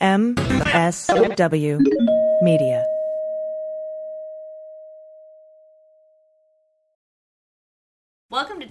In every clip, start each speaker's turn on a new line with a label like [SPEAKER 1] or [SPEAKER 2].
[SPEAKER 1] MSW Media.
[SPEAKER 2] Welcome to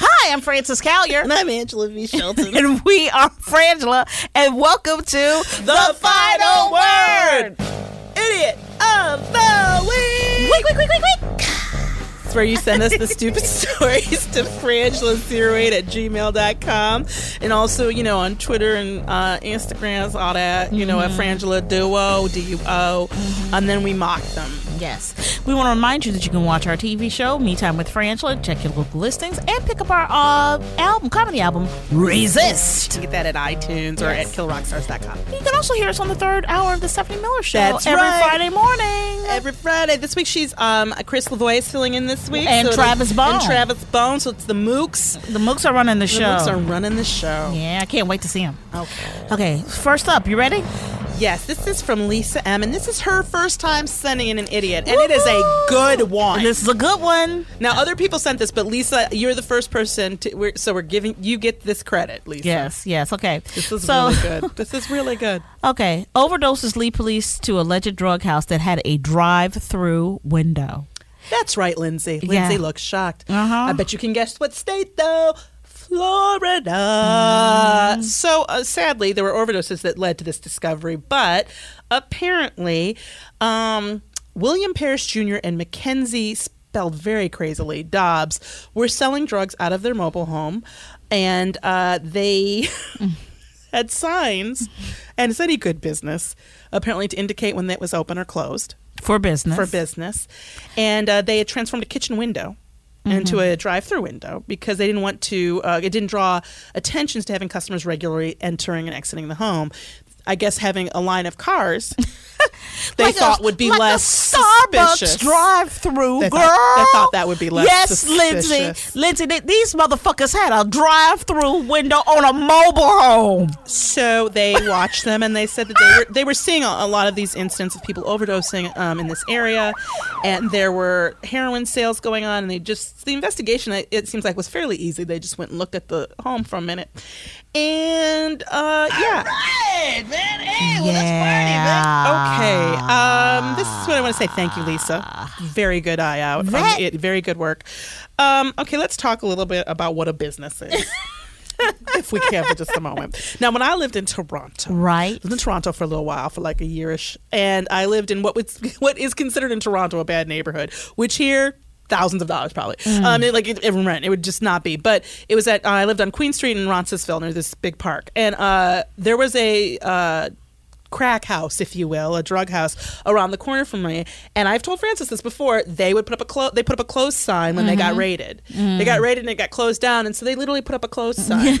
[SPEAKER 3] Hi, I'm Frances Callier. And I'm Angela V. Shelton. and we are Frangela. And welcome to The, Final Word. Idiot of the Week. Quick, quick, quick, quick, quick. It's where you send us the stupid stories to frangela08 at gmail.com. And also, you know, on Twitter and uh, Instagrams, all that, you know, at Frangela Duo, D-U-O. And then we mock them. Yes. We want to remind you that you can watch our TV show, Me Time with Frangela, check your local listings, and pick up our uh, album, comedy album, Resist. You can get that at iTunes or at killrockstars.com. You can also hear us on the third hour of the Stephanie Miller Show
[SPEAKER 4] That's
[SPEAKER 3] every
[SPEAKER 4] right.
[SPEAKER 3] Friday morning.
[SPEAKER 4] Every Friday. This week she's um Chris Lavoie is filling in this week.
[SPEAKER 3] And
[SPEAKER 4] it'll-
[SPEAKER 3] Travis Bone.
[SPEAKER 4] And Travis Bone. So it's the Mooks.
[SPEAKER 3] the Mooks are running the,
[SPEAKER 4] The
[SPEAKER 3] show.
[SPEAKER 4] Mooks are running the show.
[SPEAKER 3] yeah, I can't wait to see them. Okay. Okay, first up, you ready?
[SPEAKER 4] Yes, this is from Lisa M. And this is her first time sending in an idiot. And it is a good one.
[SPEAKER 3] This is a good one.
[SPEAKER 4] now other people sent this, but Lisa, you're the first person to we're, so we're giving you get this credit, Lisa.
[SPEAKER 3] Yes, yes, okay.
[SPEAKER 4] This is
[SPEAKER 3] so,
[SPEAKER 4] really good. This is really good.
[SPEAKER 3] Okay, overdoses lead police to alleged drug house that had a drive-through window.
[SPEAKER 4] That's right, Lindsay.
[SPEAKER 3] Yeah.
[SPEAKER 4] Lindsay looks shocked.
[SPEAKER 3] Uh-huh.
[SPEAKER 4] I bet you can guess what state, though. Florida.
[SPEAKER 3] Mm.
[SPEAKER 4] So uh, sadly, there were overdoses that led to this discovery, but apparently, um, William Parrish Jr. and Mackenzie, spelled very crazily, Dobbs, were selling drugs out of their mobile home, and uh, they. had signs and it said he good business apparently to indicate when that was open or closed
[SPEAKER 3] For business.
[SPEAKER 4] for business, and uh, they had transformed a kitchen window into
[SPEAKER 3] Mm-hmm.
[SPEAKER 4] a drive-through window because they didn't want to. Uh, it didn't draw attentions to having customers regularly entering and exiting the home. I guess having a line of cars, they
[SPEAKER 3] Like a-
[SPEAKER 4] thought would be
[SPEAKER 3] like
[SPEAKER 4] less
[SPEAKER 3] a Starbucks
[SPEAKER 4] suspicious.
[SPEAKER 3] drive-through,
[SPEAKER 4] They
[SPEAKER 3] girl.
[SPEAKER 4] thought- they thought that would be less
[SPEAKER 3] Yes,
[SPEAKER 4] suspicious.
[SPEAKER 3] Lindsay. Lindsay, th- these motherfuckers had a drive-through window on a mobile home.
[SPEAKER 4] So they watched them, and they said that they were they were seeing a, a lot of these incidents of people overdosing um, in this area, and there were heroin sales going on. And they just the investigation it, it seems like was fairly easy. They just went and looked at the home for a minute, and uh, yeah. Okay. Um, this is what I want to say. Thank you, Lisa. Very good eye out. on
[SPEAKER 3] That-
[SPEAKER 4] it. Very good work. Um, okay, let's talk a little bit about what a business is. if we can for just a moment. Now, when I lived in Toronto,
[SPEAKER 3] Right.
[SPEAKER 4] lived in Toronto for a little while, for like a yearish, and I lived in what was what is considered in Toronto a bad neighborhood, which here thousands of dollars probably. Um, it- like it, it rent, it would just not be. But it was at uh, I lived on Queen Street in Roncesvalles near this big park, and uh, there was a. Uh, crack house, if you will, a drug house around the corner from me. And I've told Francis this before. They would put up a clo- they put up a closed sign when they got raided. They got raided and it got closed down, and so they literally put up a closed sign.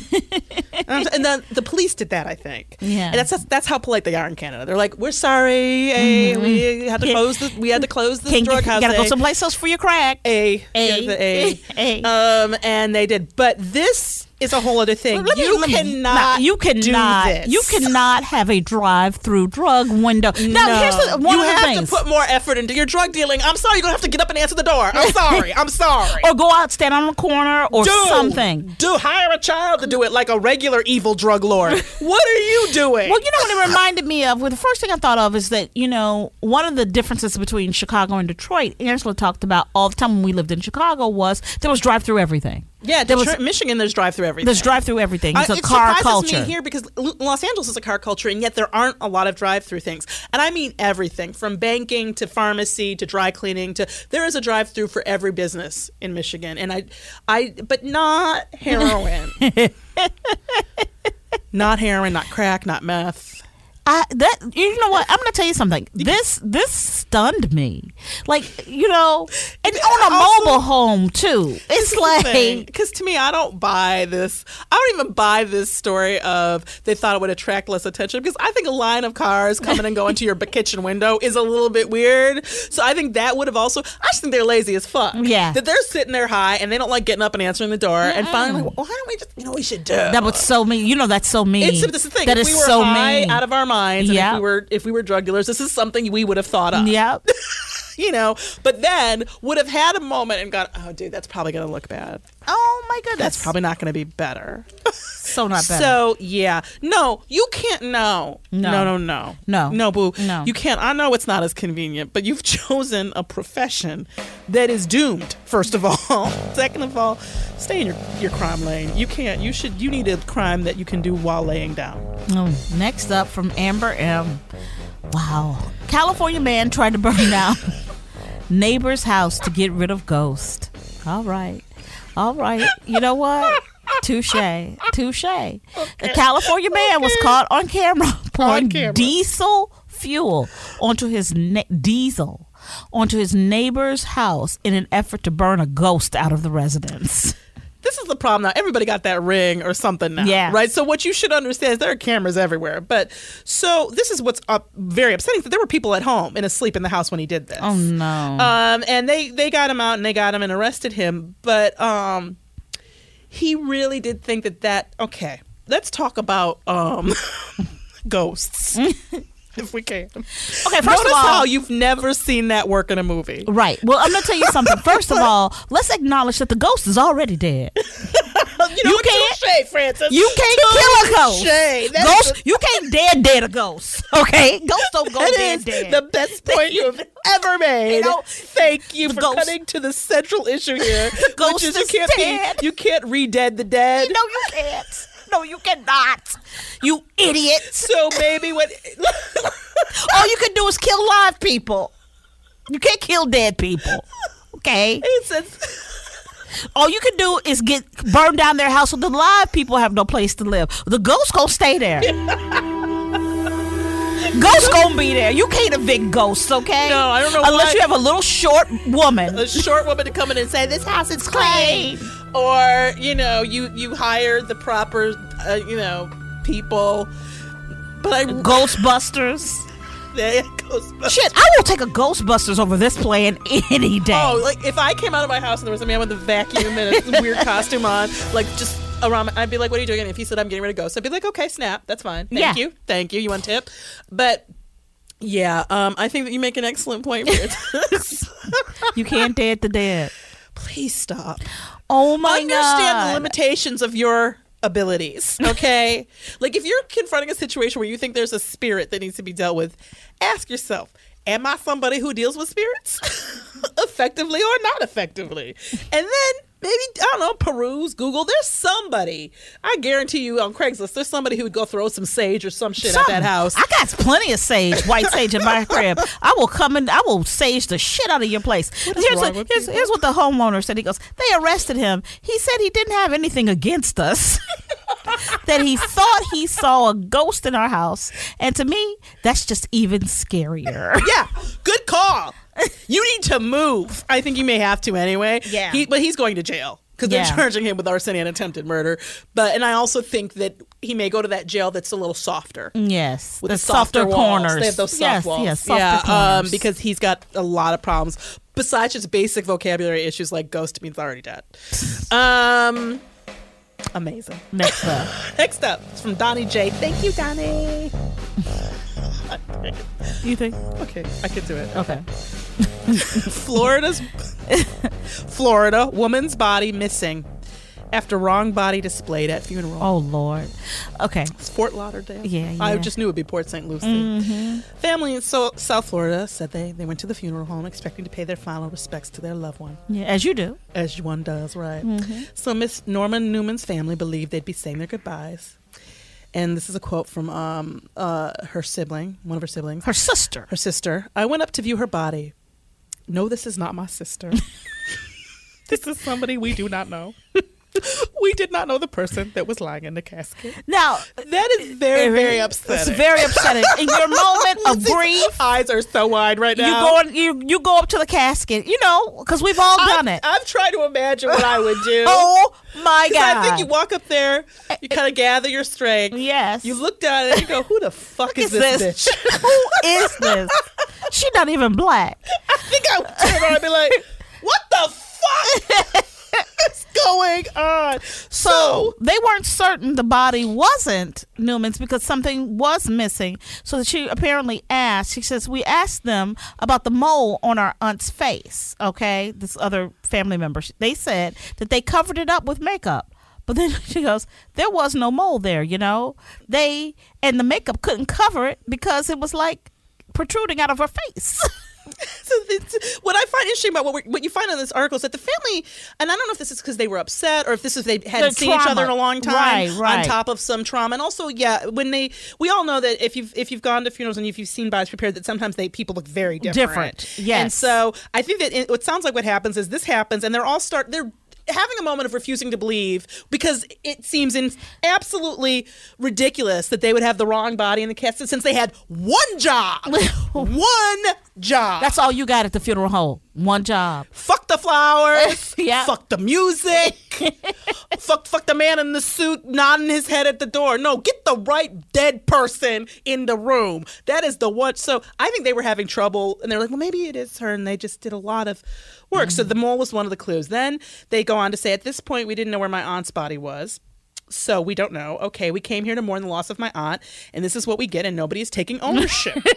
[SPEAKER 4] and I'm- and the, the police did that, I think.
[SPEAKER 3] Yeah.
[SPEAKER 4] And that's that's, that's how polite they are in Canada. They're like, "We're sorry, eh, we had to close the we had to close this
[SPEAKER 3] Can't, you
[SPEAKER 4] drug house."
[SPEAKER 3] gotta go
[SPEAKER 4] eh."
[SPEAKER 3] someplace else for your crack.
[SPEAKER 4] A,
[SPEAKER 3] A.
[SPEAKER 4] Here's the a. eh.
[SPEAKER 3] A.
[SPEAKER 4] Um, and they did, but this is a whole other thing.
[SPEAKER 3] Let me-
[SPEAKER 4] you
[SPEAKER 3] let me-
[SPEAKER 4] cannot.
[SPEAKER 3] no, you cannot.
[SPEAKER 4] Do this.
[SPEAKER 3] You cannot have a drive-through drug window. Now, here's the, one
[SPEAKER 4] you
[SPEAKER 3] of the
[SPEAKER 4] have
[SPEAKER 3] things.
[SPEAKER 4] to put more effort into your drug dealing. I'm sorry, you're gonna have to get up and answer the door. I'm sorry. I'm sorry.
[SPEAKER 3] or go out, stand on a corner, or
[SPEAKER 4] do
[SPEAKER 3] something.
[SPEAKER 4] Do hire a child to do it like a regular evil drug lord. what are you doing?
[SPEAKER 3] Well, you know what it reminded me of? Well, the first thing I thought of is that, you know, one of the differences between Chicago and Detroit, Angela talked about all the time when we lived in Chicago, was there was drive through everything.
[SPEAKER 4] yeah,
[SPEAKER 3] there was,
[SPEAKER 4] Detroit, Michigan. There's drive through everything.
[SPEAKER 3] there's drive through everything. It's a
[SPEAKER 4] it
[SPEAKER 3] car
[SPEAKER 4] surprises
[SPEAKER 3] culture.
[SPEAKER 4] me here because L- Los Angeles is a car culture, and yet there aren't a lot of drive-through things. And I mean everything from banking to pharmacy to dry cleaning to there is a drive-through for every business in Michigan, and I, I, but not heroin, not heroin, not crack, not meth.
[SPEAKER 3] I that you know what I'm gonna tell you something. This this stunned me, like you know, and on a
[SPEAKER 4] Also-
[SPEAKER 3] mobile home too. It's like
[SPEAKER 4] because to me, I don't buy this. I don't even buy this story of they thought it would attract less attention because I think a line of cars coming and going to your b- kitchen window is a little bit weird. So I think that would have also. I just think they're lazy as fuck.
[SPEAKER 3] Yeah.
[SPEAKER 4] that they're sitting there high and they don't like getting up and answering the door. And finally, like, why don't we just? You know, what we should do.
[SPEAKER 3] that was so mean. You know that's so mean.
[SPEAKER 4] It's this is the thing.
[SPEAKER 3] That
[SPEAKER 4] if we
[SPEAKER 3] is
[SPEAKER 4] were
[SPEAKER 3] so
[SPEAKER 4] high
[SPEAKER 3] mean.
[SPEAKER 4] out of our minds, and
[SPEAKER 3] Yeah.
[SPEAKER 4] if we were if we were drug dealers, this is something we would have thought of.
[SPEAKER 3] Yep.
[SPEAKER 4] You know, but then would have had a moment and gone, oh, dude, that's probably going to look bad.
[SPEAKER 3] Oh my goodness.
[SPEAKER 4] That's probably not going to be better.
[SPEAKER 3] so not better.
[SPEAKER 4] So yeah, no, you can't. No,
[SPEAKER 3] No.
[SPEAKER 4] no, no, no,
[SPEAKER 3] No.
[SPEAKER 4] no, boo.
[SPEAKER 3] No.
[SPEAKER 4] you can't. I know it's not as convenient, but you've chosen a profession that is doomed. First of all, second of all, stay in your your crime lane. You can't. You should. You need a crime that you can do while laying down.
[SPEAKER 3] Um, Next up from Amber M. Wow. California man tried to burn down neighbor's house to get rid of ghost. All right. All right. You know what? Touche. Touche. A California man was caught on camera pouring
[SPEAKER 4] camera.
[SPEAKER 3] diesel fuel onto his ne- diesel onto his neighbor's house in an effort to burn a ghost out of the residence.
[SPEAKER 4] This is the problem now. Everybody got that ring or something now.
[SPEAKER 3] Yeah.
[SPEAKER 4] Right. So what you should understand is there are cameras everywhere. But so this is what's up, very upsetting is that there were people at home and asleep in the house when he did this.
[SPEAKER 3] Oh no.
[SPEAKER 4] Um, and they they got him out and they got him and arrested him, but um, he really did think that that okay. Let's talk about um, ghosts. If we can, okay.
[SPEAKER 3] okay, first
[SPEAKER 4] Notice
[SPEAKER 3] of all,
[SPEAKER 4] how you've never seen that work in a movie.
[SPEAKER 3] Right. Well, I'm gonna tell you something. First of all, let's acknowledge that the ghost is already dead.
[SPEAKER 4] You, know
[SPEAKER 3] You
[SPEAKER 4] what?
[SPEAKER 3] can't-
[SPEAKER 4] Touche, Francis.
[SPEAKER 3] You can't kill a ghost.
[SPEAKER 4] Touche. That is
[SPEAKER 3] Ghost, you can't dead dead a ghost. Okay, ghost don't go
[SPEAKER 4] That
[SPEAKER 3] dead
[SPEAKER 4] is
[SPEAKER 3] dead.
[SPEAKER 4] the best point you've ever made.
[SPEAKER 3] You know,
[SPEAKER 4] Thank you
[SPEAKER 3] the
[SPEAKER 4] for
[SPEAKER 3] ghost-
[SPEAKER 4] cutting to the central issue here,
[SPEAKER 3] ghost
[SPEAKER 4] which is,
[SPEAKER 3] is
[SPEAKER 4] you can't
[SPEAKER 3] dead.
[SPEAKER 4] be, you can't re-dead the dead.
[SPEAKER 3] no, you can't. No, you cannot. You idiot.
[SPEAKER 4] So maybe what?
[SPEAKER 3] All you can do is kill live people. You can't kill dead people. Okay.
[SPEAKER 4] It says
[SPEAKER 3] All you can do is get burned down their house, so the live people have no place to live. The ghosts gonna stay there. ghosts gonna be there. You can't evict ghosts, okay?
[SPEAKER 4] No, I don't know
[SPEAKER 3] Unless
[SPEAKER 4] why-
[SPEAKER 3] you have a little short woman.
[SPEAKER 4] a short woman to come in and say this house is
[SPEAKER 3] clean."
[SPEAKER 4] clean, or you know, you you hire the proper, uh, you know, people. But I
[SPEAKER 3] Ghostbusters.
[SPEAKER 4] they Ghostbusters.
[SPEAKER 3] Shit, I will take a Ghostbusters over this plan any day.
[SPEAKER 4] Oh, like if I came out of my house and there was a man with a vacuum and a weird costume on, like just around, my, I'd be like, "What are you doing?" And if he said, "I'm getting rid of ghosts," I'd be like, "Okay, snap, that's fine. Thank
[SPEAKER 3] Yeah.
[SPEAKER 4] you, thank you. You want a tip?" But yeah, um, I think that you make an excellent point. Here. Oh.
[SPEAKER 3] you can't dead the dead.
[SPEAKER 4] Please stop.
[SPEAKER 3] Oh my
[SPEAKER 4] understand
[SPEAKER 3] god.
[SPEAKER 4] the limitations of your abilities okay like if you're confronting a situation where you think there's a spirit that needs to be dealt with ask yourself am i somebody who deals with spirits effectively or not effectively and then maybe I don't know, peruse, Google. There's somebody. I guarantee you on Craigslist, there's somebody who would go throw some sage or some shit at that house.
[SPEAKER 3] I got plenty of sage, white sage in my crib. I will come and I will sage the shit out of your place. Here's
[SPEAKER 4] wrong
[SPEAKER 3] what,
[SPEAKER 4] with
[SPEAKER 3] here's,
[SPEAKER 4] people?
[SPEAKER 3] here's what the homeowner said. He goes, They arrested him. He said he didn't have anything against us. that he thought he saw a ghost in our house. And to me, that's just even scarier.
[SPEAKER 4] yeah, good call. You need to move. I think you may have to anyway.
[SPEAKER 3] Yeah.
[SPEAKER 4] He, but he's going to jail because
[SPEAKER 3] Yeah.
[SPEAKER 4] they're charging him with arson and attempted murder. But and I also think that he may go to that jail that's a little softer.
[SPEAKER 3] Yes.
[SPEAKER 4] With
[SPEAKER 3] Mm. the,
[SPEAKER 4] the softer, walls.
[SPEAKER 3] corners.
[SPEAKER 4] They have those soft
[SPEAKER 3] yes,
[SPEAKER 4] walls.
[SPEAKER 3] Yes, softer
[SPEAKER 4] yeah,
[SPEAKER 3] corners.
[SPEAKER 4] Um, because he's got a lot of problems. Besides just basic vocabulary issues like ghost means already dead. Um, amazing.
[SPEAKER 3] Next up.
[SPEAKER 4] Next up, it's from Donnie J. Thank you, Donnie.
[SPEAKER 3] you think?
[SPEAKER 4] Okay, I can do it.
[SPEAKER 3] Okay.
[SPEAKER 4] Florida's Florida woman's body missing after wrong body displayed at funeral.
[SPEAKER 3] Oh, Lord. Okay.
[SPEAKER 4] It's Fort Lauderdale.
[SPEAKER 3] Yeah,
[SPEAKER 4] I
[SPEAKER 3] yeah. Mm-hmm.
[SPEAKER 4] just knew it would be Port St. Lucie. Family in so- South Florida said they, they went to the funeral home expecting to pay their final respects to their loved one,
[SPEAKER 3] Yeah, as you do.
[SPEAKER 4] as one does, right?
[SPEAKER 3] Mm-hmm.
[SPEAKER 4] So Miss Norman Newman's family believed they'd be saying their goodbyes. And this is a quote from um, uh, her sibling, one of her siblings.
[SPEAKER 3] Her sister.
[SPEAKER 4] Her sister. I went up to view her body. No, this is not my sister. this is somebody we do not know. we did not know the person that was lying in the casket.
[SPEAKER 3] Now,
[SPEAKER 4] That is very, very upsetting.
[SPEAKER 3] It's very upsetting. In your moment of grief,
[SPEAKER 4] Eyes are so wide right
[SPEAKER 3] you
[SPEAKER 4] now.
[SPEAKER 3] go on, you you go up to the casket, you know, because we've all
[SPEAKER 4] I'm,
[SPEAKER 3] done it.
[SPEAKER 4] I'm trying to imagine what I would do.
[SPEAKER 3] oh my
[SPEAKER 4] 'Cause
[SPEAKER 3] god!
[SPEAKER 4] I think you walk up there, you kind of gather your strength.
[SPEAKER 3] Yes.
[SPEAKER 4] You look down and you go, "Who the fuck is
[SPEAKER 3] Who
[SPEAKER 4] this, bitch?"
[SPEAKER 3] Who is this? She's not even black.
[SPEAKER 4] I think I would turn around and be like, "What the fuck is going on?" So
[SPEAKER 3] They weren't certain the body wasn't Newman's because something was missing. So that she apparently asked. She says, "We asked them about the mole on our aunt's face." Okay, this other family member. She- They said that they covered it up with makeup. But then she goes, "There was no mole there, you know. They and the makeup couldn't cover it because it was like protruding out of her face."
[SPEAKER 4] So it's, what I find interesting about what, we're, what you find in this article is that the family, and I don't know if this is because they were upset or if this is they
[SPEAKER 3] Their
[SPEAKER 4] hadn't seen each
[SPEAKER 3] trauma.
[SPEAKER 4] other in a long time,
[SPEAKER 3] Right, right.
[SPEAKER 4] on top of some trauma, and also yeah, when they, we all know that if you've if you've gone to funerals and if you've seen bodies prepared, that sometimes they people look very different.
[SPEAKER 3] Different,
[SPEAKER 4] and
[SPEAKER 3] yes.
[SPEAKER 4] so I think that it, what sounds like what happens is this happens, and they're all start they're having a moment of refusing to believe because it seems in absolutely ridiculous that they would have the wrong body in the casket since they had one job, one job.
[SPEAKER 3] That's all you got at the funeral home. One job.
[SPEAKER 4] fuck the flowers,
[SPEAKER 3] Yeah.
[SPEAKER 4] fuck the music, fuck fuck the man in the suit nodding his head at the door. No, get the right dead person in the room. That is the one. So I think they were having trouble, and they're like, well, maybe it is her, and they just did a lot of work. So the mole was one of the clues. Then they go on to say, at this point, we didn't know where my aunt's body was. So we don't know. Okay, we came here to mourn the loss of my aunt, and this is what we get, and nobody is taking ownership.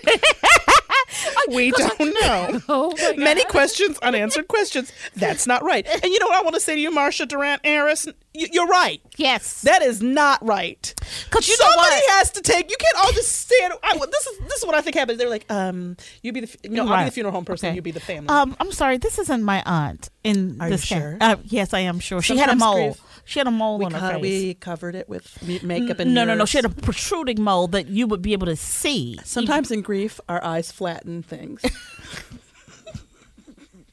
[SPEAKER 4] we don't know.
[SPEAKER 3] Oh
[SPEAKER 4] Many questions, unanswered questions. That's not right. And you know what I want to say to you, Marsha Durant Harris? You- You're right.
[SPEAKER 3] Yes.
[SPEAKER 4] That is not right.
[SPEAKER 3] 'Cause you know
[SPEAKER 4] somebody
[SPEAKER 3] what?
[SPEAKER 4] has to take. You can't all just stand. I, this is this is what I think happens. They're like, um, you be the fu- no, I'll
[SPEAKER 3] Right.
[SPEAKER 4] be the funeral home person.
[SPEAKER 3] Okay.
[SPEAKER 4] You be the family.
[SPEAKER 3] Um, I'm sorry, this isn't my aunt in
[SPEAKER 4] Are
[SPEAKER 3] this
[SPEAKER 4] you
[SPEAKER 3] ca-
[SPEAKER 4] sure?
[SPEAKER 3] Uh, yes, I am sure. she had a
[SPEAKER 4] Sometimes
[SPEAKER 3] mole.
[SPEAKER 4] grief-
[SPEAKER 3] She had a mole
[SPEAKER 4] we,
[SPEAKER 3] on her
[SPEAKER 4] co-
[SPEAKER 3] face.
[SPEAKER 4] we covered it with m- makeup and
[SPEAKER 3] no, no, no.
[SPEAKER 4] mirrors.
[SPEAKER 3] She had a protruding mole that you would be able to see.
[SPEAKER 4] Sometimes in grief, our eyes flatten things.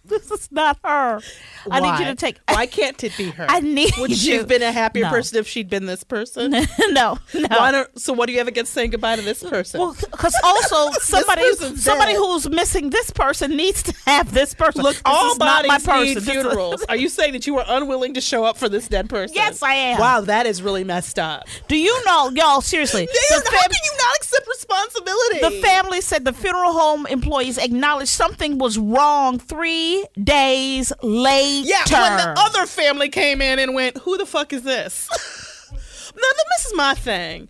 [SPEAKER 3] This is not her. I need you
[SPEAKER 4] Why?
[SPEAKER 3] to take.
[SPEAKER 4] Why can't it be her?
[SPEAKER 3] I need
[SPEAKER 4] Would she
[SPEAKER 3] you-
[SPEAKER 4] have been a happier
[SPEAKER 3] No.
[SPEAKER 4] person if she'd been this person?
[SPEAKER 3] no, no.
[SPEAKER 4] Why don't, so what do you have against saying goodbye to this person?
[SPEAKER 3] Well, because also somebody
[SPEAKER 4] person's
[SPEAKER 3] somebody
[SPEAKER 4] dead.
[SPEAKER 3] who's missing this person needs to have this person.
[SPEAKER 4] Look,
[SPEAKER 3] this
[SPEAKER 4] all
[SPEAKER 3] is not
[SPEAKER 4] bodies
[SPEAKER 3] my person.
[SPEAKER 4] need
[SPEAKER 3] This is-
[SPEAKER 4] funerals. Are you saying that you are unwilling to show up for this dead person?
[SPEAKER 3] Yes, I am.
[SPEAKER 4] Wow, that is really messed up.
[SPEAKER 3] Do you know, y'all? Seriously, the
[SPEAKER 4] how
[SPEAKER 3] fam-
[SPEAKER 4] can you not accept responsibility?
[SPEAKER 3] The family said the funeral home employees acknowledged something was wrong three days later.
[SPEAKER 4] Yeah, when the other family came in and went, "Who the fuck is this?" now, th- this is my thing.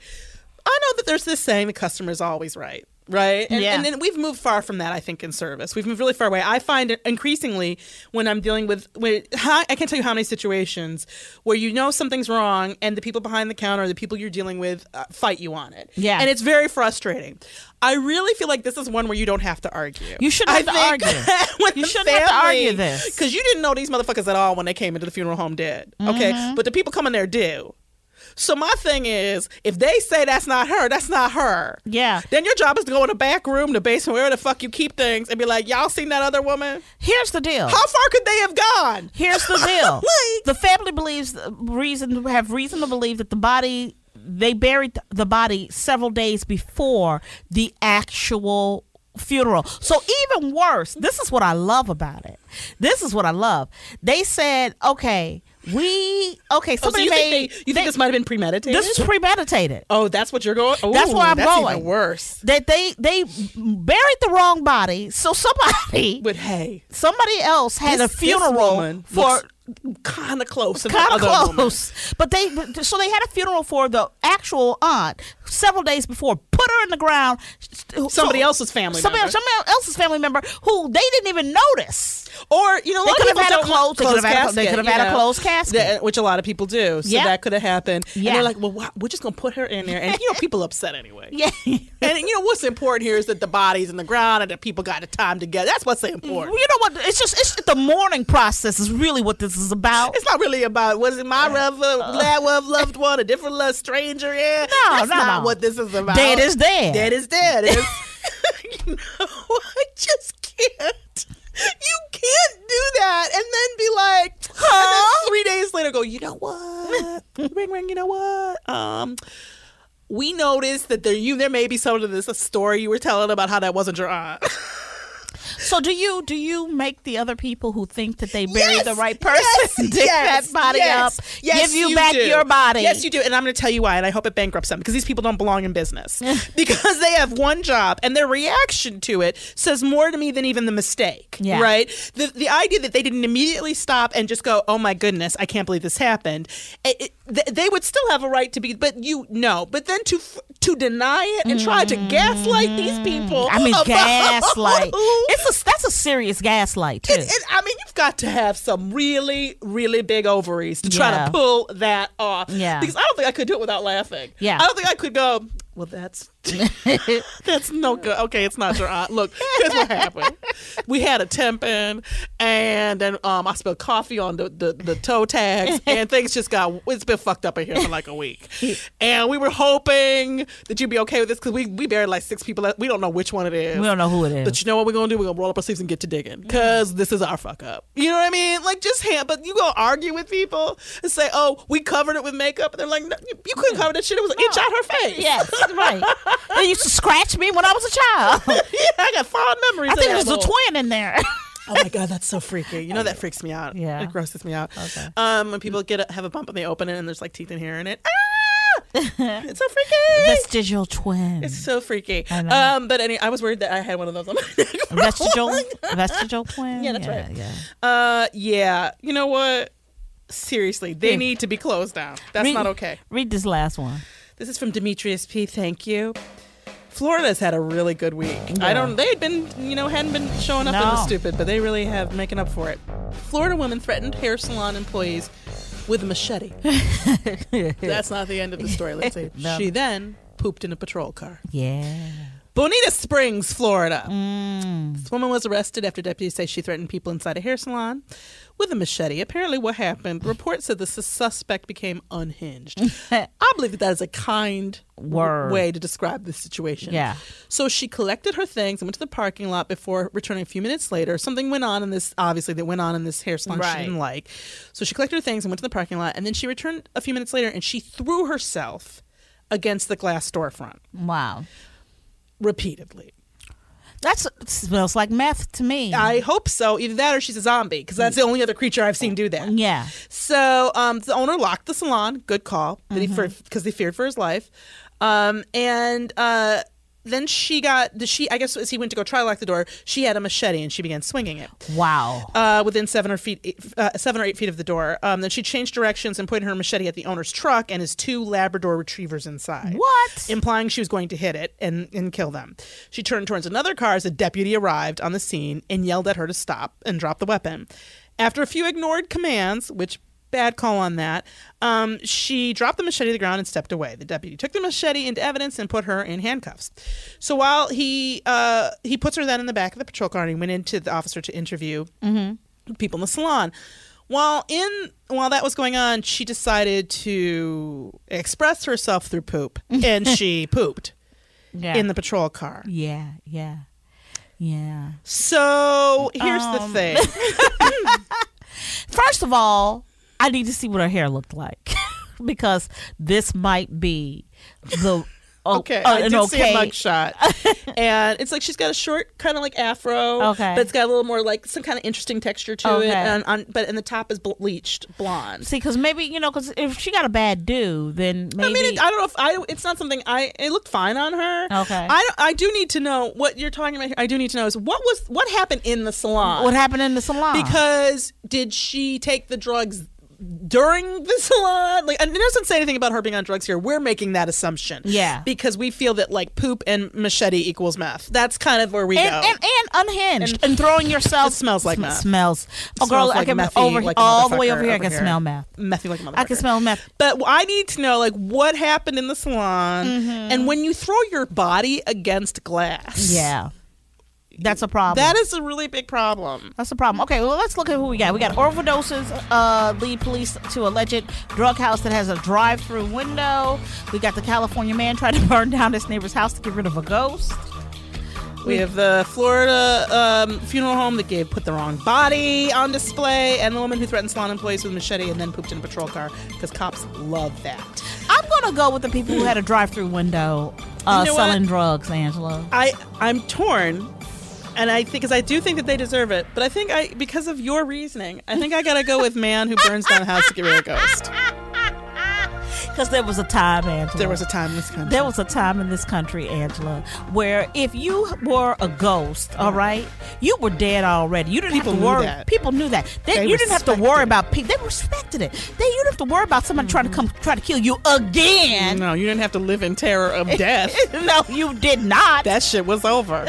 [SPEAKER 4] I know that there's this saying the customer is always right. Right. And,
[SPEAKER 3] Yeah.
[SPEAKER 4] and then we've moved far from that, I think, in service. We've moved really far away. I find it increasingly when I'm dealing with, when, how, I can't tell you how many situations where you know something's wrong and the people behind the counter, the people you're dealing with, uh, fight you on it.
[SPEAKER 3] Yeah.
[SPEAKER 4] And it's very frustrating. I really feel like this is one where you don't have to argue.
[SPEAKER 3] You shouldn't have
[SPEAKER 4] I
[SPEAKER 3] to
[SPEAKER 4] think
[SPEAKER 3] argue.
[SPEAKER 4] when
[SPEAKER 3] You
[SPEAKER 4] the
[SPEAKER 3] shouldn't have to
[SPEAKER 4] family-
[SPEAKER 3] argue this.
[SPEAKER 4] because you didn't know these motherfuckers at all when they came into the funeral home dead. Okay,
[SPEAKER 3] Mm-hmm.
[SPEAKER 4] but the people coming there do. So my thing is, if they say that's not her, that's not her.
[SPEAKER 3] Yeah.
[SPEAKER 4] Then your job is to go in the back room, the basement, wherever the fuck you keep things, and be like, "Y'all seen that other woman?
[SPEAKER 3] Here's the deal.
[SPEAKER 4] How far could they have gone?"
[SPEAKER 3] Here's the deal.
[SPEAKER 4] Like-
[SPEAKER 3] the family believes reason have reason to believe that the body they buried the body several days before the actual funeral. So even worse, this is what I love about it. This is what I love. They said, "Okay, we okay,
[SPEAKER 4] Oh, so
[SPEAKER 3] somebody
[SPEAKER 4] you
[SPEAKER 3] made
[SPEAKER 4] think they, you think this might have been premeditated?
[SPEAKER 3] this is premeditated."
[SPEAKER 4] oh, that's what you're going.
[SPEAKER 3] That's
[SPEAKER 4] Ooh,
[SPEAKER 3] where I'm
[SPEAKER 4] that's
[SPEAKER 3] going.
[SPEAKER 4] Even worse
[SPEAKER 3] That they they buried the wrong body, so somebody
[SPEAKER 4] with hay.
[SPEAKER 3] somebody else had
[SPEAKER 4] This-
[SPEAKER 3] a
[SPEAKER 4] this
[SPEAKER 3] funeral
[SPEAKER 4] woman
[SPEAKER 3] for
[SPEAKER 4] kind of close. to the
[SPEAKER 3] kind of
[SPEAKER 4] other woman.
[SPEAKER 3] close. But they but- so they had a funeral for the actual aunt several days before. Put her in the ground.
[SPEAKER 4] Somebody else's family
[SPEAKER 3] Somebody,
[SPEAKER 4] member.
[SPEAKER 3] somebody else's family member who they didn't even notice.
[SPEAKER 4] Or you know, a
[SPEAKER 3] They
[SPEAKER 4] lot
[SPEAKER 3] could
[SPEAKER 4] of
[SPEAKER 3] have
[SPEAKER 4] people
[SPEAKER 3] had a
[SPEAKER 4] don't want
[SPEAKER 3] closed- they could have had a-
[SPEAKER 4] casket,
[SPEAKER 3] they could have
[SPEAKER 4] you
[SPEAKER 3] had a
[SPEAKER 4] know,
[SPEAKER 3] closed casket.
[SPEAKER 4] that- uh, which a lot of people do. So
[SPEAKER 3] Yeah.
[SPEAKER 4] that could have happened.
[SPEAKER 3] Yeah.
[SPEAKER 4] And they're like, well, why, we're just gonna put her in there, and you know, people upset anyway.
[SPEAKER 3] Yeah.
[SPEAKER 4] And you know what's important here is that the body's in the ground and that people got the time together. That's what's
[SPEAKER 3] Well,
[SPEAKER 4] important.
[SPEAKER 3] you know what? It's just it's the mourning process is really what this is about.
[SPEAKER 4] It's not really about was it my love, glad love, loved one, a different love, stranger. Yeah,
[SPEAKER 3] Uh. No,
[SPEAKER 4] that's
[SPEAKER 3] no,
[SPEAKER 4] not
[SPEAKER 3] no.
[SPEAKER 4] what this is about.
[SPEAKER 3] Dead is dead.
[SPEAKER 4] Dead is dead. It's- you know, I just can't. You can't do that and then be like, and then three days later, go. You know what? ring ring. You know what? Um. We noticed that there you there may be some of this a story you were telling about how that wasn't your aunt.
[SPEAKER 3] So do you do you make the other people who think that they buried the
[SPEAKER 4] Yes,
[SPEAKER 3] right person
[SPEAKER 4] yes,
[SPEAKER 3] dig
[SPEAKER 4] yes,
[SPEAKER 3] that body
[SPEAKER 4] yes,
[SPEAKER 3] up,
[SPEAKER 4] yes,
[SPEAKER 3] give you, back
[SPEAKER 4] do.
[SPEAKER 3] your body?
[SPEAKER 4] Yes, you do. And I'm going to tell you why. And I hope it bankrupts them because these people don't belong in business because they have one job and their reaction to it says more to me than even the mistake.
[SPEAKER 3] Yeah.
[SPEAKER 4] Right. The the idea that they didn't immediately stop and just go, oh my goodness, I can't believe this happened. It- it- th- they would still have a right to be, but you know. But then to f- to deny it and try to gaslight these people.
[SPEAKER 3] Mm-hmm. I mean
[SPEAKER 4] about
[SPEAKER 3] gaslight.
[SPEAKER 4] who-
[SPEAKER 3] It's a that's a serious gaslight too.
[SPEAKER 4] and, and, I mean, you've got to have some really, really big ovaries to try
[SPEAKER 3] Yeah.
[SPEAKER 4] to pull that off.
[SPEAKER 3] Yeah.
[SPEAKER 4] Because I don't think I could do it without laughing.
[SPEAKER 3] Yeah.
[SPEAKER 4] I don't think I could go, well, that's that's no good. Okay, it's not your aunt. Look, here's what happened. We had a temping, and then um, I spilled coffee on the, the, the toe tags, and things just got, it's been fucked up in here for like a week. And we were hoping that you'd be okay with this because we, we buried like six people. We don't know which one it is.
[SPEAKER 3] We don't know who it is.
[SPEAKER 4] But you know what we're gonna do? We're gonna roll up our sleeves and get to digging because this is our fuck up. You know what I mean? Like just hand, but you gonna argue with people and say, "Oh, we covered it with makeup," and they're like, no, you, you couldn't cover that shit. It was an
[SPEAKER 3] Oh.
[SPEAKER 4] inch out her face."
[SPEAKER 3] Yes, right. They used to scratch me when I was a child.
[SPEAKER 4] yeah, I got fond memories.
[SPEAKER 3] I
[SPEAKER 4] of
[SPEAKER 3] think
[SPEAKER 4] that
[SPEAKER 3] there's a
[SPEAKER 4] little-
[SPEAKER 3] twin in there.
[SPEAKER 4] Oh my god, that's so freaky. You know that freaks me out.
[SPEAKER 3] Yeah.
[SPEAKER 4] it grosses me out. Um, when people get a, have a bump and they open it and there's like teeth and hair in it. Ah, it's so freaky.
[SPEAKER 3] Vestigial twin.
[SPEAKER 4] it's so freaky.
[SPEAKER 3] I know.
[SPEAKER 4] Um, but anyway, I was worried that I had one of those on my neck. for a
[SPEAKER 3] Vestigial.
[SPEAKER 4] long
[SPEAKER 3] Vestigial twin.
[SPEAKER 4] Yeah, that's right.
[SPEAKER 3] Yeah.
[SPEAKER 4] Uh, yeah. You know what? Seriously, they
[SPEAKER 3] Yeah.
[SPEAKER 4] need to be closed down. That's
[SPEAKER 3] Read-
[SPEAKER 4] not okay.
[SPEAKER 3] Read this last one.
[SPEAKER 4] This is from Demetrius P. Thank you. Florida's had a really good week. I don't. They had been, you know, hadn't been showing up in
[SPEAKER 3] No.
[SPEAKER 4] the stupid, but they really have making up for it. Florida woman threatened hair salon employees with a machete. That's not the end of the story. Let's see. She then pooped in a patrol car.
[SPEAKER 3] Yeah.
[SPEAKER 4] Bonita Springs, Florida.
[SPEAKER 3] Mm.
[SPEAKER 4] This woman was arrested after deputies say she threatened people inside a hair salon with a machete. Apparently, what happened? Reports said the sus- suspect became unhinged. I believe that that is a kind w-
[SPEAKER 3] Word.
[SPEAKER 4] way to describe this situation.
[SPEAKER 3] Yeah.
[SPEAKER 4] So she collected her things and went to the parking lot before returning a few minutes later. Something went on in this, obviously, that went on in this hair salon
[SPEAKER 3] Right.
[SPEAKER 4] she didn't like. So she collected her things and went to the parking lot. And then she returned a few minutes later and she threw herself against the glass storefront
[SPEAKER 3] Wow.
[SPEAKER 4] repeatedly.
[SPEAKER 3] That's smells like meth to me.
[SPEAKER 4] I hope so. Either that or she's a zombie, because that's the only other creature I've seen do that.
[SPEAKER 3] yeah.
[SPEAKER 4] So um, the owner locked the salon. Good call. That he because he feared for his life. Um, and uh, then she got the she. I guess as he went to go try to lock the door, she had a machete and she began swinging it
[SPEAKER 5] Wow.
[SPEAKER 4] uh, within seven or feet, eight, uh, seven or eight feet of the door. Um, then she changed directions and pointed her machete at the owner's truck and his two Labrador retrievers inside.
[SPEAKER 5] What?
[SPEAKER 4] Implying she was going to hit it and and kill them. She turned towards another car as a deputy arrived on the scene and yelled at her to stop and drop the weapon. After a few ignored commands, which bad call on that, um, she dropped the machete to the ground and stepped away. The deputy took the machete into evidence and put her in handcuffs. So while he uh, he puts her then in the back of the patrol car and he went into the officer to interview people in the salon. While in while that was going on, she decided to express herself through poop, and she pooped
[SPEAKER 5] Yeah.
[SPEAKER 4] in the patrol car.
[SPEAKER 5] yeah. Yeah. Yeah.
[SPEAKER 4] So here's
[SPEAKER 3] Um,
[SPEAKER 4] the thing.
[SPEAKER 3] First of all, I need to see what her hair looked like because this might be the o-
[SPEAKER 4] Okay,
[SPEAKER 3] uh,
[SPEAKER 4] I
[SPEAKER 3] an
[SPEAKER 4] did see a
[SPEAKER 3] okay-
[SPEAKER 4] mugshot, and it's like she's got a short, kind of like afro.
[SPEAKER 3] Okay.
[SPEAKER 4] but it's got a little more like some kind of interesting texture to
[SPEAKER 3] Okay.
[SPEAKER 4] it, and on, but and the top is bleached blonde.
[SPEAKER 3] See, because maybe you know, because if she got a bad dude, then maybe
[SPEAKER 4] I mean, it, I don't know if I. It's not something I. It looked fine on her.
[SPEAKER 3] Okay.
[SPEAKER 4] I don't- I do need to know what you're talking about. here. I do need to know is what was what happened in the salon.
[SPEAKER 3] what happened in the salon
[SPEAKER 4] Because did she take the drugs? During the salon, like, and it doesn't say anything about her being on drugs here. We're making that assumption,
[SPEAKER 3] Yeah.
[SPEAKER 4] because we feel that like poop and machete equals meth. That's kind of where we
[SPEAKER 3] and,
[SPEAKER 4] go.
[SPEAKER 3] and, and unhinged and, throwing yourself
[SPEAKER 4] It smells like meth.
[SPEAKER 3] Smells. Oh, girl,
[SPEAKER 4] Smells
[SPEAKER 3] I
[SPEAKER 4] like
[SPEAKER 3] can
[SPEAKER 4] methy,
[SPEAKER 3] over
[SPEAKER 4] like a
[SPEAKER 3] all the way over
[SPEAKER 4] motherfucker
[SPEAKER 3] here. I
[SPEAKER 4] over
[SPEAKER 3] can
[SPEAKER 4] here. Mm.
[SPEAKER 3] smell meth.
[SPEAKER 4] Methy like a motherfucker.
[SPEAKER 3] I can smell meth.
[SPEAKER 4] But I need to know like what happened in the salon,
[SPEAKER 3] Mm-hmm.
[SPEAKER 4] and when you throw your body against glass,
[SPEAKER 3] Yeah, that's a problem.
[SPEAKER 4] that is a really big problem.
[SPEAKER 3] That's the problem. Okay, well, let's look at who we got. We got overdoses, uh, lead police to alleged drug house that has a drive through window. We got the California man trying to burn down his neighbor's house to get rid of a ghost.
[SPEAKER 4] We have the Florida um, funeral home that gave put the wrong body on display, and the woman who threatened salon employees with a machete and then pooped in a patrol car because cops love that.
[SPEAKER 3] I'm going to go with the people who had a drive through window uh,
[SPEAKER 4] You know
[SPEAKER 3] selling
[SPEAKER 4] what?
[SPEAKER 3] drugs, Angela.
[SPEAKER 4] I I'm torn, and I think because I do think that they deserve it, but I think I because of your reasoning, I think I gotta go with man who burns down a house to get rid of a ghost.
[SPEAKER 3] Because there was a time, Angela.
[SPEAKER 4] There was a time in this country.
[SPEAKER 3] There was a time in this country, Angela, where if you were a ghost, all right, you were dead already. You didn't
[SPEAKER 4] People
[SPEAKER 3] have
[SPEAKER 4] knew
[SPEAKER 3] to worry.
[SPEAKER 4] that.
[SPEAKER 3] People knew that. They,
[SPEAKER 4] They
[SPEAKER 3] you didn't have to
[SPEAKER 4] respected it.
[SPEAKER 3] worry about people. They respected it. They you didn't have to worry about somebody trying to come try to kill you again.
[SPEAKER 4] no, you didn't have to live in terror of death.
[SPEAKER 3] No, you did not.
[SPEAKER 4] that shit was over.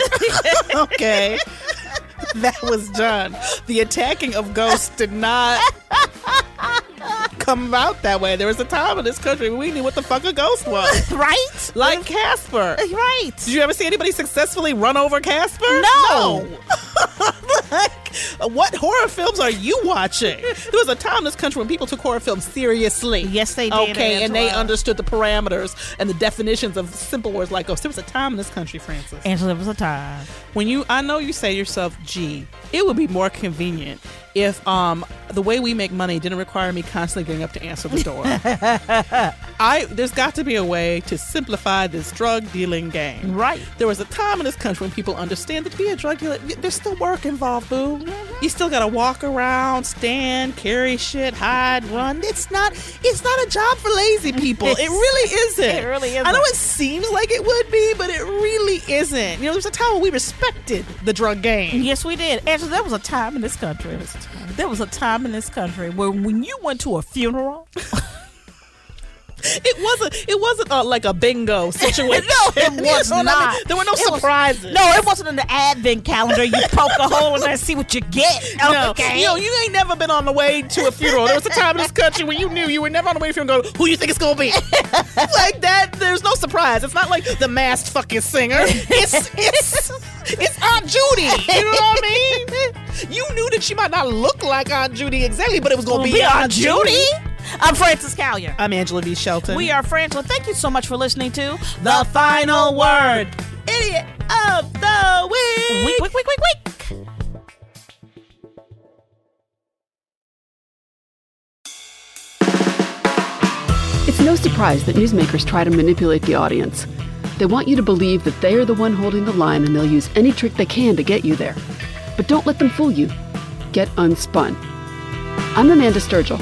[SPEAKER 4] okay. That was done. The attacking of ghosts did not come about that way. There was a time in this country when we knew what the fuck a ghost was.
[SPEAKER 3] right?
[SPEAKER 4] Like Casper.
[SPEAKER 3] Right.
[SPEAKER 4] Did you ever see anybody successfully run over Casper?
[SPEAKER 3] No.
[SPEAKER 4] No. like, Uh, what horror films are you watching? There was a time in this country when people took horror films seriously.
[SPEAKER 3] Yes, they did,
[SPEAKER 4] Okay, and they
[SPEAKER 3] Angela.
[SPEAKER 4] understood the parameters and the definitions of simple words like ghosts. There was a time in this country, Francis,
[SPEAKER 3] Angela, there was a time.
[SPEAKER 4] when you I know you say to yourself, gee, it would be more convenient if um the way we make money didn't require me constantly getting up to answer the door. I there's got to be a way to simplify this drug dealing game.
[SPEAKER 3] Right.
[SPEAKER 4] There was a time in this country when people understand that to be a drug dealer, y- there's still work involved, boo. You still gotta walk around, stand, carry shit, hide, run. It's not it's not a job for lazy people. it really isn't.
[SPEAKER 3] It really isn't.
[SPEAKER 4] I know it seems like it would be, but it really isn't. You know, there's a time when we respected the drug game.
[SPEAKER 3] Yes, we did. Angela, there was a time in this country. There was a time in this country where when you went to a funeral,
[SPEAKER 4] It wasn't it wasn't uh, like a bingo situation.
[SPEAKER 3] No, it
[SPEAKER 4] You know
[SPEAKER 3] was
[SPEAKER 4] what I mean?
[SPEAKER 3] not.
[SPEAKER 4] There were no
[SPEAKER 3] It was-
[SPEAKER 4] surprises.
[SPEAKER 3] No, it wasn't in the advent calendar. You poke a hole in there and see what you get.
[SPEAKER 4] No,
[SPEAKER 3] Okay.
[SPEAKER 4] Yo, you ain't never been on the way to a funeral. There was a time in this country when you knew you were never on the way to a funeral. Go, Who you think it's gonna be? like that. There's no surprise. It's not like the masked fucking singer. It's it's it's Aunt Judy. You know what I mean? You knew that she might not look like Aunt Judy exactly, but it was gonna,
[SPEAKER 3] Be on Judy. I'm Francis Callier.
[SPEAKER 4] I'm Angela V. Shelton.
[SPEAKER 3] We are Frangela. Thank you so much for listening to
[SPEAKER 4] the final word. Idiot of the week.
[SPEAKER 3] Week, Week, Week, Week, Week.
[SPEAKER 6] It's no surprise that newsmakers try to manipulate the audience. They want you to believe that they are the one holding the line and they'll use any trick they can to get you there. But don't let them fool you. Get unspun. I'm Amanda Sturgill.